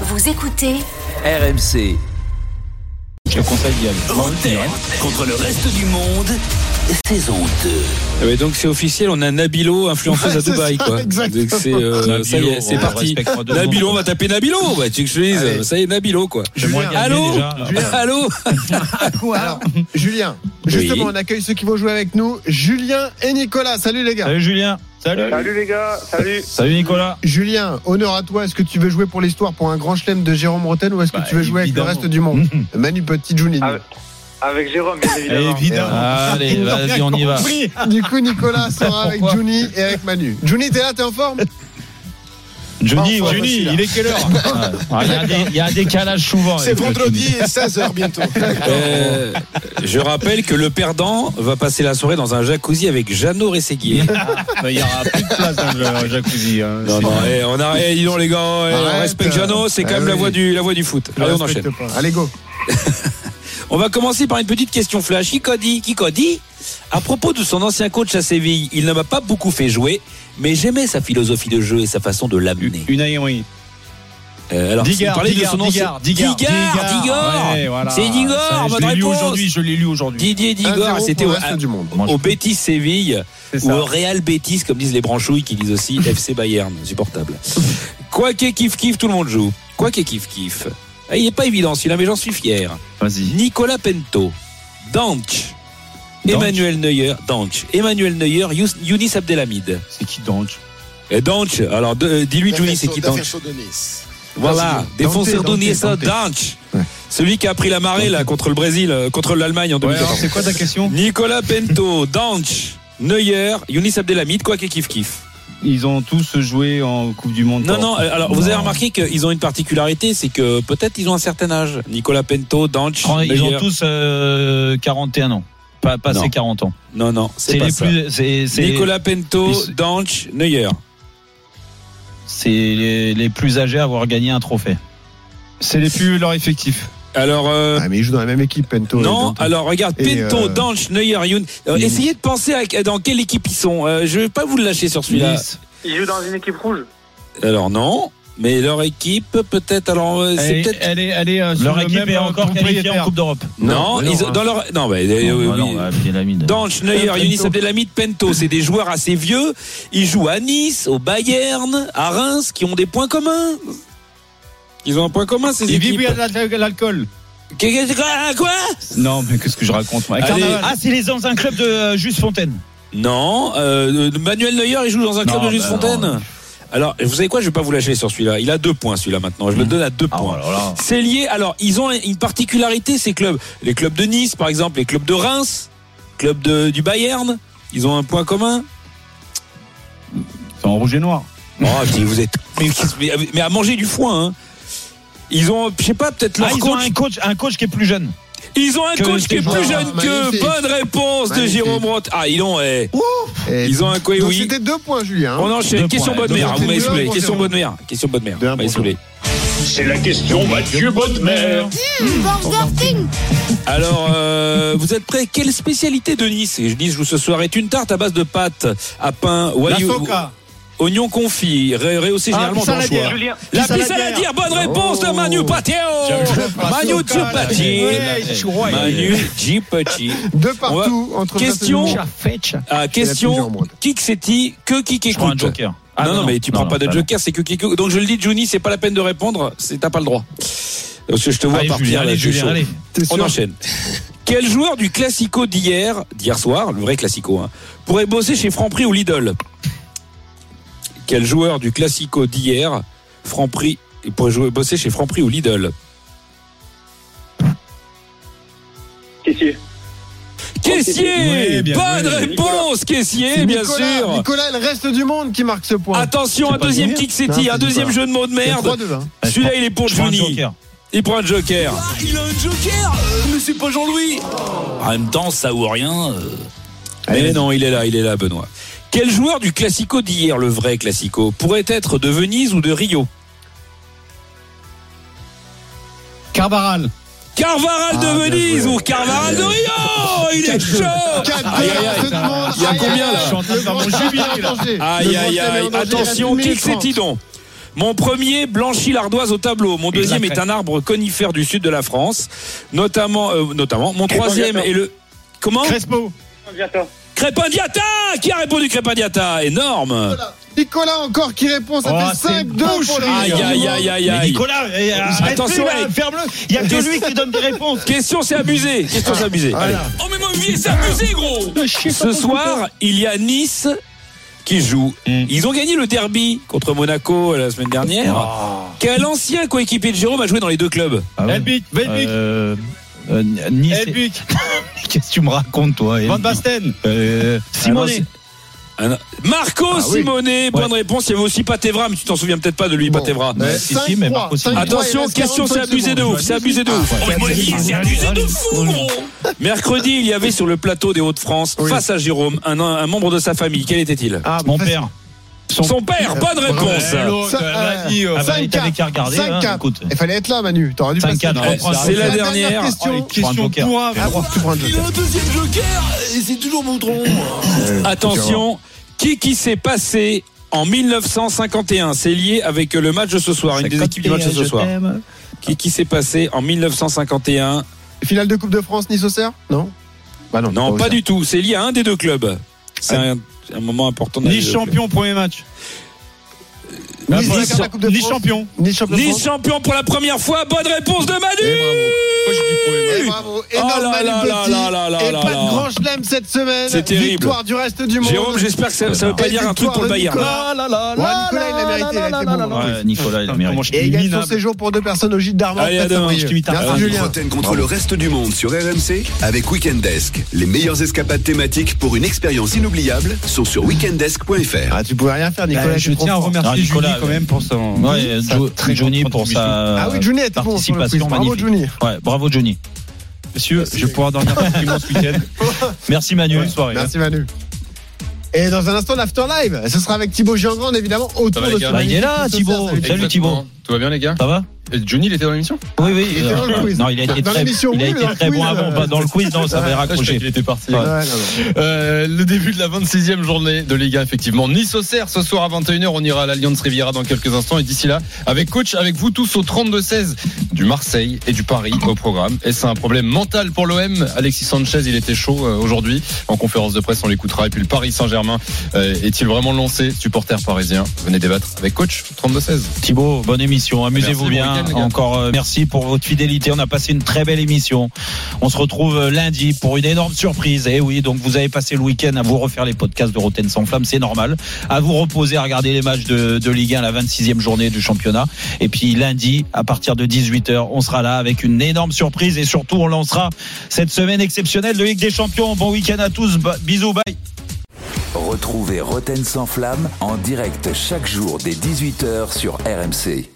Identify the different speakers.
Speaker 1: Vous écoutez
Speaker 2: RMC.
Speaker 3: Je te conseille d'y aller.
Speaker 4: Rotten contre le reste du monde, saison 2.
Speaker 3: Ah ouais, donc c'est officiel, on a Nabilo, influenceuse
Speaker 5: Ouais,
Speaker 3: à
Speaker 5: c'est
Speaker 3: Dubaï.
Speaker 5: ça,
Speaker 3: quoi.
Speaker 5: exactement.
Speaker 3: Donc c'est, euh,
Speaker 5: Nabilo,
Speaker 3: ça y est, c'est
Speaker 5: on
Speaker 3: parti.
Speaker 5: respecte pas deux
Speaker 3: Nabilo,
Speaker 5: secondes.
Speaker 3: on va taper Nabilo. Bah, tu veux que je te dise,
Speaker 5: Allez.
Speaker 3: ça y est, Nabilo quoi.
Speaker 5: Julien,
Speaker 3: Allô
Speaker 5: Julien.
Speaker 3: Allô
Speaker 5: alors, Julien, justement,
Speaker 3: Oui.
Speaker 5: on accueille ceux qui vont jouer avec nous, Julien et Nicolas. Salut les gars.
Speaker 6: Salut Julien. Salut.
Speaker 7: Salut les gars, salut.
Speaker 6: Salut Nicolas.
Speaker 5: Julien, honneur à toi. Est-ce que tu veux jouer pour l'histoire, pour un grand chelem de Jérôme Rotten ou est-ce
Speaker 3: Bah,
Speaker 5: que tu veux jouer avec le reste du monde Eh ben, Manu Petit, Juninho.
Speaker 7: Avec, avec Jérôme, bien évidemment.
Speaker 6: Allez, vas-y, on y va.
Speaker 5: Du coup, Nicolas sera avec
Speaker 6: Pourquoi
Speaker 5: Juni et avec Manu. Juni, t'es là, t'es en forme
Speaker 6: Johnny,
Speaker 5: Enfin,
Speaker 6: Johnny,
Speaker 5: facile,
Speaker 6: il est quelle heure Ah, Il y a un dé- il y, a un décalage souvent. avec le Johnny.
Speaker 5: 16h bientôt.
Speaker 3: Euh, Je rappelle que le perdant va passer la soirée dans un jacuzzi avec Jeannot Rességuier.
Speaker 6: Il y aura plus de place dans le jacuzzi. hein.
Speaker 3: Non, non, eh, on a, eh, dis donc, les gars, eh, on
Speaker 5: Arrête,
Speaker 3: respecte
Speaker 5: euh,
Speaker 3: Jeannot, c'est quand
Speaker 5: ah
Speaker 3: même la
Speaker 5: oui.
Speaker 3: voix du, la voix du foot. Allez, on enchaîne.
Speaker 5: Allez, go.
Speaker 3: On va commencer par une petite question flash. Kikodi, Kikodi, à propos de son ancien coach à Séville, il ne m'a pas beaucoup fait jouer, mais j'aimais sa philosophie de jeu et sa façon de l'amener.
Speaker 6: Une aïe, oui.
Speaker 3: Euh, alors, si vous
Speaker 6: Digard,
Speaker 3: parlez de
Speaker 6: Digard,
Speaker 3: son ancien-
Speaker 6: Digard, Digard,
Speaker 3: Digard, Digard.
Speaker 6: Ouais, voilà.
Speaker 3: C'est Digard,
Speaker 6: Ça, Je
Speaker 3: bonne
Speaker 6: l'ai lu
Speaker 3: réponse.
Speaker 6: aujourd'hui, je l'ai lu aujourd'hui.
Speaker 3: Didier
Speaker 5: 1-0
Speaker 3: Digor,
Speaker 5: pour
Speaker 3: c'était
Speaker 5: le
Speaker 3: au,
Speaker 5: reste du monde.
Speaker 3: au Betis Séville
Speaker 6: C'est
Speaker 3: ou
Speaker 6: ça.
Speaker 3: au Real Betis, comme disent les branchouilles qui disent aussi FC Bayern, supportable. Quoi qu'il kiffe kiffe, tout le monde joue. Quoi qu'il kiffe kiffe. Eh, Il n'est pas évident celui-là, mais j'en suis fier.
Speaker 6: Vas-y.
Speaker 3: Nicolas Pento, Danch,
Speaker 6: Danch.
Speaker 3: Emmanuel Neuer, Danch, Emmanuel Neuer, Yous- Younis Abdelhamid.
Speaker 6: C'est qui Dange
Speaker 3: Et Danch, alors de- euh, dis-lui Younis, c'est qui Danch Voilà,
Speaker 5: Dante,
Speaker 3: défenseur
Speaker 5: Dante,
Speaker 3: d'Oniesa,
Speaker 5: Dante.
Speaker 3: Danch. Celui qui a pris la marée là contre le Brésil, euh, contre l'Allemagne en
Speaker 6: Ouais, alors
Speaker 3: 2014.
Speaker 6: c'est quoi ta question
Speaker 3: Nicolas Pento, Danch, Neuer, Younis Abdelhamid, quoi qu'il kiffe kiffe.
Speaker 6: Ils ont tous joué en Coupe du Monde.
Speaker 3: Non, non, euh, alors vous
Speaker 6: Non.
Speaker 3: avez remarqué qu'ils ont une particularité, c'est que peut-être ils ont un certain âge. Nicolas Pento, Danch,
Speaker 6: Oh, Ils ont
Speaker 3: Neuer.
Speaker 6: tous euh, 41 ans. Pas passé
Speaker 3: Non.
Speaker 6: 40 ans.
Speaker 3: Non, non, c'est
Speaker 6: C'est
Speaker 3: pas
Speaker 6: les
Speaker 3: ça.
Speaker 6: plus. c'est- c'est-
Speaker 3: Nicolas Pento,
Speaker 6: Ils-
Speaker 3: Danch, Neuer.
Speaker 6: C'est les, les plus âgés à avoir gagné un trophée. C'est les plus leur effectif.
Speaker 3: Alors, euh,
Speaker 5: Ah, mais ils jouent dans la même équipe, Pento. et
Speaker 3: non,
Speaker 5: Dante.
Speaker 3: alors regarde,
Speaker 5: Et,
Speaker 3: Pinto,
Speaker 5: euh,
Speaker 3: Danch, Neuer, Youn. Euh,
Speaker 6: Youn.
Speaker 3: Essayez de penser à, dans quelle équipe ils sont. Euh, je vais pas vous le lâcher sur celui-là.
Speaker 6: Nice.
Speaker 7: Il joue dans une équipe rouge.
Speaker 3: Alors non, mais leur équipe peut-être. Alors euh, c'est
Speaker 6: Elle, est-
Speaker 3: peut-être
Speaker 6: elle est, elle est, euh, sur
Speaker 8: Leur
Speaker 6: le
Speaker 8: équipe
Speaker 6: même
Speaker 8: est encore
Speaker 6: propriétaire.
Speaker 8: qualifiée en Coupe d'Europe.
Speaker 6: eh,
Speaker 3: non.
Speaker 5: non,
Speaker 3: ils-
Speaker 5: hein.
Speaker 3: dans leur non, bah, euh,
Speaker 6: Non,
Speaker 3: oui,
Speaker 6: bah non,
Speaker 3: oui.
Speaker 6: bah, pyramide.
Speaker 3: Danch, Neuer,
Speaker 6: Pento.
Speaker 3: Younis Abdelhamid, Pento, c'est des joueurs assez vieux. Ils jouent à Nice, au Bayern, à Reims, qui ont des points communs. Ils ont un point commun ces
Speaker 6: Ils
Speaker 3: équipes.
Speaker 6: vivent à de l'alcool.
Speaker 3: Qu'est- qu'est- Quoi quoi
Speaker 6: Non, mais qu'est-ce que je raconte moi
Speaker 3: Allez.
Speaker 6: Carnaval.
Speaker 8: Ah, c'est les dans un club de euh, Juste Fontaine.
Speaker 3: Non, euh, Manuel Neuer, il joue dans un club
Speaker 6: Non,
Speaker 3: de Juste
Speaker 6: bah
Speaker 3: Fontaine.
Speaker 6: non.
Speaker 3: Alors, vous savez quoi, je vais pas vous lâcher sur celui-là. Il a deux points celui-là maintenant. Je le donne à deux
Speaker 6: Ah,
Speaker 3: points.
Speaker 6: alors là.
Speaker 3: C'est lié. Alors, ils ont une particularité ces clubs. Les clubs de Nice, par exemple, les clubs de Reims, club de, du Bayern. Ils ont un point commun.
Speaker 6: C'est en rouge et noir.
Speaker 3: Oh, putain, vous êtes mais, mais- mais à manger du foin. hein. Ils ont, je sais pas, peut-être leur
Speaker 8: Ah, ils
Speaker 3: coach.
Speaker 8: ont un coach, un coach qui est plus jeune.
Speaker 3: Ils ont un
Speaker 8: que
Speaker 3: coach qui est
Speaker 8: ces
Speaker 3: plus
Speaker 5: joueurs.
Speaker 3: jeune que.
Speaker 5: Magnifique.
Speaker 3: Bonne réponse de
Speaker 5: Magnifique.
Speaker 3: Jérôme Roth. Ah, ils ont. eh.
Speaker 5: Et-
Speaker 3: Ils ont un quoi
Speaker 5: Donc
Speaker 3: oui.
Speaker 5: c'était deux points, Julien. hein.
Speaker 3: On enchaîne.
Speaker 6: Deux
Speaker 3: Question
Speaker 6: points,
Speaker 3: bonne
Speaker 5: deux
Speaker 3: mère.
Speaker 5: points.
Speaker 3: Vous m'avez
Speaker 5: Deux
Speaker 3: saoulé.
Speaker 5: points,
Speaker 3: Question
Speaker 5: zéro.
Speaker 3: bonne mère. Question bonne mère.
Speaker 5: Deux, un
Speaker 3: Vous m'avez
Speaker 5: pour
Speaker 3: saoulé.
Speaker 4: C'est la question, Mathieu Bodmer.
Speaker 3: Alors, euh, vous êtes prêts Quelle spécialité de Nice Et je dis, je vous ce soir est une tarte à base de pâte à pain,
Speaker 6: La
Speaker 3: wayou-
Speaker 6: Foca.
Speaker 3: oignon confit, ré- rehaussé
Speaker 6: Ah,
Speaker 3: généralement
Speaker 6: saladière.
Speaker 3: d'anchois.
Speaker 7: Julien,
Speaker 3: La
Speaker 6: Saladière.
Speaker 3: pisse à la dire, bonne réponse
Speaker 8: Oh.
Speaker 3: de Manu Patio. Manu Tchupati. Manu Tchupati.
Speaker 5: Deux partout entre
Speaker 3: Question. Ah,
Speaker 5: plusieurs
Speaker 3: question.
Speaker 5: mois.
Speaker 3: Qui que c'est-il Que qui
Speaker 8: Je prends un
Speaker 3: qu'écoute
Speaker 8: joker.
Speaker 6: Ah,
Speaker 8: Ah,
Speaker 3: non, non, mais tu prends pas de
Speaker 8: joker.
Speaker 3: joker, c'est que qui que- Donc je le dis, Johnny, c'est pas la peine de répondre, c'est t'as pas le droit. Parce que je te vois
Speaker 6: Ah,
Speaker 8: Allez,
Speaker 3: partir.
Speaker 8: Julien,
Speaker 3: là,
Speaker 8: allez,
Speaker 3: je suis
Speaker 8: Julien,
Speaker 3: chaud.
Speaker 8: allez.
Speaker 5: T'es
Speaker 3: On
Speaker 5: sûr
Speaker 3: enchaîne. Quel joueur du Classico d'hier, d'hier soir, le vrai Classico, hein, pourrait bosser chez Franprix ou Lidl Quel joueur du Classico d'hier, Franprix, il pourrait jouer, bosser chez Franprix ou Lidl
Speaker 7: caissier.
Speaker 3: Caissier
Speaker 6: Oui, bien
Speaker 3: Bonne
Speaker 6: joué,
Speaker 3: réponse, caissier,
Speaker 5: C'est
Speaker 3: eh, bien
Speaker 5: Nicolas,
Speaker 3: sûr
Speaker 5: Nicolas, le reste du monde qui marque ce point.
Speaker 3: Attention,
Speaker 6: C'est
Speaker 3: un
Speaker 6: pas
Speaker 3: deuxième
Speaker 6: gagné
Speaker 3: kick
Speaker 5: Non,
Speaker 3: city,
Speaker 5: c'est
Speaker 3: un deuxième
Speaker 5: pas.
Speaker 3: jeu de mots de
Speaker 5: Il y a
Speaker 3: merde.
Speaker 5: trois, deux, hein. là.
Speaker 3: Celui-là, il est pour
Speaker 8: Je prends un
Speaker 3: Johnny.
Speaker 8: joker.
Speaker 3: Il prend un joker. Ah, il a un joker Mais c'est pas Jean-Louis
Speaker 4: En même temps, ça ou rien. euh,
Speaker 3: Mais non, il est là, il est là, Benoît. Quel joueur du Classico d'hier, le vrai Classico, pourrait être de Venise ou de Rio
Speaker 6: Carbaral.
Speaker 3: Carvaral
Speaker 5: Ah,
Speaker 3: de Venise ou Carvaral de Rio Il est chaud
Speaker 5: Quatre,
Speaker 3: Aïe,
Speaker 5: deux,
Speaker 3: aïe, aïe.
Speaker 5: reste du monde.
Speaker 3: Il y a
Speaker 5: Aïe,
Speaker 3: combien,
Speaker 5: aïe,
Speaker 3: là
Speaker 6: Je suis en train de
Speaker 5: aïe.
Speaker 6: faire mon
Speaker 5: Le
Speaker 6: jubilé, là.
Speaker 5: grand chelem est en danger. Le
Speaker 3: Aïe,
Speaker 5: grand
Speaker 3: aïe,
Speaker 5: chelem est en
Speaker 3: aïe.
Speaker 5: danger. Il reste
Speaker 3: Attention,
Speaker 5: 1030.
Speaker 3: kick c'est Tidon Mon premier blanchit l'ardoise au tableau. Mon deuxième est un arbre conifère du sud de la France, notamment, euh, notamment. Mon troisième est le comment
Speaker 6: Crespo.
Speaker 7: Bientôt.
Speaker 3: Crépandiata Qui a répondu Crépandiata Énorme.
Speaker 5: Nicolas encore qui répond, ça
Speaker 6: Oh,
Speaker 5: fait
Speaker 6: c'est
Speaker 5: 5 2 pour le
Speaker 3: Aïe
Speaker 5: leader.
Speaker 3: aïe aïe aïe
Speaker 6: Mais
Speaker 3: aïe.
Speaker 6: Nicolas, eh, arrête-le,
Speaker 3: Attention,
Speaker 6: là,
Speaker 3: hey.
Speaker 6: ferme-le. Il y a que lui qui donne des réponses.
Speaker 3: Question c'est abusé. Question c'est abusé. Allez. Oh mais mon vieux, c'est abusé gros. Ce soir, il y a Nice qui joue.
Speaker 6: Mm.
Speaker 3: Ils ont gagné le derby contre Monaco euh, la semaine dernière. Quel ancien coéquipier de Jérôme a joué dans les deux clubs
Speaker 6: Ah ouais.
Speaker 8: Elbic, Elbic,
Speaker 6: Euh, euh, Nice.
Speaker 8: Elbic,
Speaker 6: Qu'est-ce que tu me racontes, toi
Speaker 8: Van Basten,
Speaker 6: Euh,
Speaker 8: Simonet.
Speaker 3: Un- Marco
Speaker 6: Ah oui.
Speaker 3: Simonet, bonne réponse. Il y avait aussi Patevra, mais tu t'en souviens peut-être pas de lui, Patevra.
Speaker 6: Ouais,
Speaker 5: Ouais,
Speaker 6: si, si, mais Marco
Speaker 5: 5-3,
Speaker 6: Simonet.
Speaker 5: Attends, il
Speaker 3: Attention,
Speaker 5: reste
Speaker 3: question
Speaker 5: 45
Speaker 3: c'est abusé de
Speaker 5: secondes.
Speaker 3: ouf, c'est abusé de ouf.
Speaker 4: Oh, mais moi, dis, c'est abusé de fou, gros
Speaker 3: Mercredi, il y avait sur le plateau des Hauts-de-France,
Speaker 5: Oui.
Speaker 3: face à Jérôme, un, un membre de sa famille. Quel était-il
Speaker 5: Ah,
Speaker 6: Mon
Speaker 5: facile.
Speaker 6: père.
Speaker 3: Son père, bonne réponse.
Speaker 6: Ouais, l'autre,
Speaker 5: Ça,
Speaker 6: euh,
Speaker 5: euh,
Speaker 6: vas-y, euh,
Speaker 5: cinq,
Speaker 6: bah, t'avais
Speaker 5: quatre,
Speaker 6: qu'à regarder,
Speaker 5: cinq,
Speaker 6: hein,
Speaker 5: quatre.
Speaker 6: écoute.
Speaker 5: Il fallait être là, Manu. T'aurais dû
Speaker 6: Cinq,
Speaker 5: passer.
Speaker 6: quatre,
Speaker 5: Ah,
Speaker 6: reprends,
Speaker 3: c'est la dernière.
Speaker 5: question.
Speaker 6: Question
Speaker 5: Ah, tu prends le
Speaker 4: Il a
Speaker 5: joker.
Speaker 4: un deuxième joker et c'est toujours mon tronc.
Speaker 3: Attention, qui qui s'est passé en 1951 C'est lié avec le match de ce soir, une des équipes du match de ce soir. Qui qui s'est passé en 1951
Speaker 5: Finale de Coupe de France, Nice Auxerre Non Bah
Speaker 3: Non, pas du tout. C'est lié à un des deux clubs. C'est un, un moment important. dans les
Speaker 8: Nice
Speaker 3: deux
Speaker 8: champion, premier match.
Speaker 5: tout. Nice,
Speaker 3: Nice-
Speaker 5: regarde la Coupe de
Speaker 8: Nice
Speaker 5: France.
Speaker 8: champion.
Speaker 5: Nice
Speaker 3: clubs.
Speaker 5: champion. de
Speaker 3: Nice
Speaker 5: France.
Speaker 3: champion pour la première fois. Bonne réponse de
Speaker 5: Et
Speaker 3: Manu.
Speaker 5: bravo. Et
Speaker 3: Oui.
Speaker 5: bravo.
Speaker 3: Oh là
Speaker 5: Énorme Manu
Speaker 3: là
Speaker 5: Petit.
Speaker 3: là là là
Speaker 5: Et
Speaker 3: là
Speaker 5: pas
Speaker 3: là.
Speaker 5: de grand chelem cette semaine.
Speaker 3: C'est terrible.
Speaker 5: Victoire du reste du monde.
Speaker 3: Jérôme, j'espère que ça, ça veut pas
Speaker 5: Et
Speaker 3: dire un truc pour le
Speaker 5: victoire
Speaker 3: Bayern.
Speaker 5: de Nicolas.
Speaker 6: Ah,
Speaker 5: Ouais, Nicolas, il l'a mérité. là, c'est bon.
Speaker 6: Ouais, Nicolas, il a mérité.
Speaker 5: Et il gagne son séjour pour deux personnes au Gîte d'Armand.
Speaker 3: Allez, à
Speaker 5: Place
Speaker 3: demain,
Speaker 5: Saint-Brieuc.
Speaker 3: je t'imite
Speaker 5: Merci,
Speaker 3: après.
Speaker 5: Julien.
Speaker 1: Roten contre le reste du monde sur RMC avec Weekendesk. Les meilleures escapades thématiques pour une expérience inoubliable sont sur weekendesk.fr.
Speaker 5: Ah, tu pouvais rien faire, Nicolas.
Speaker 8: je
Speaker 5: t'es trop
Speaker 8: tiens à
Speaker 5: fort.
Speaker 8: remercier
Speaker 6: Ah, Nicolas,
Speaker 8: Julie quand
Speaker 6: ouais.
Speaker 8: même pour son.
Speaker 6: Ouais,
Speaker 8: sa
Speaker 6: Jo-
Speaker 8: très
Speaker 6: Johnny
Speaker 8: grande
Speaker 6: pour
Speaker 8: contribution.
Speaker 6: sa
Speaker 5: Ah oui, Johnny était bon sur le quiz.
Speaker 6: participation
Speaker 5: Bravo,
Speaker 6: magnifique.
Speaker 5: Johnny.
Speaker 6: Ouais, bravo Johnny.
Speaker 8: Monsieur, je vais pouvoir dormir tranquillement ce week-end.
Speaker 6: Merci Manu. Bonne soirée.
Speaker 5: Merci Manu. Et dans un instant, l'after live. Ce sera avec Thibaut Giangrand, évidemment, autour
Speaker 2: Ça va,
Speaker 5: de
Speaker 2: les
Speaker 5: ce
Speaker 2: gars
Speaker 6: Bah, il est là,
Speaker 5: magnifique
Speaker 6: Thibaut.
Speaker 5: social. Salut.
Speaker 6: Salut Thibaut.
Speaker 2: Tout va bien les gars
Speaker 6: Ça va
Speaker 2: Et Johnny il était dans l'émission
Speaker 6: Oui, oui.
Speaker 5: était dans le quiz.
Speaker 6: Non, il a été
Speaker 5: Dans
Speaker 6: très,
Speaker 5: l'émission,
Speaker 6: il a
Speaker 5: oui,
Speaker 6: été
Speaker 5: dans le
Speaker 6: très bon
Speaker 5: quiz,
Speaker 6: avant.
Speaker 5: euh,
Speaker 6: Pas dans le quiz, non, ça avait
Speaker 2: Ah, je croyais
Speaker 6: raccroché.
Speaker 2: qu'il était parti.
Speaker 5: Ouais, non, non.
Speaker 2: Euh, le début de la 26e journée de Ligue 1, effectivement. Nice-Auxerre, ce soir à 21h, on ira à l'Alliance Riviera dans quelques instants. Et d'ici là, avec coach, avec vous tous au 32-16 du Marseille et du Paris au programme. Et c'est un problème mental pour l'OM. Alexis Sanchez, il était chaud euh, aujourd'hui. En conférence de presse, on l'écoutera. Et puis le Paris Saint-Germain euh, est-il vraiment lancé Supporter parisien, venez débattre avec coach 32-16.
Speaker 6: Thibaut, bonne émission. Amusez-vous
Speaker 2: Merci, bon
Speaker 6: bien.
Speaker 2: week-end, les gars.
Speaker 6: Encore euh, merci pour votre fidélité. On a passé une très belle émission. On se retrouve euh, lundi pour une énorme surprise. Et oui, donc vous avez passé le week-end à vous refaire les podcasts de Roten sans flamme, c'est normal. À vous reposer, à regarder les matchs de, de Ligue 1, la 26e journée du championnat. Et puis lundi, à partir de 18h, on sera là avec une énorme surprise. Et surtout, on lancera cette semaine exceptionnelle de Ligue des Champions. Bon week-end à tous. Ba- Bisous, bye.
Speaker 4: Retrouvez Roten sans flamme en direct chaque jour dès 18h sur RMC.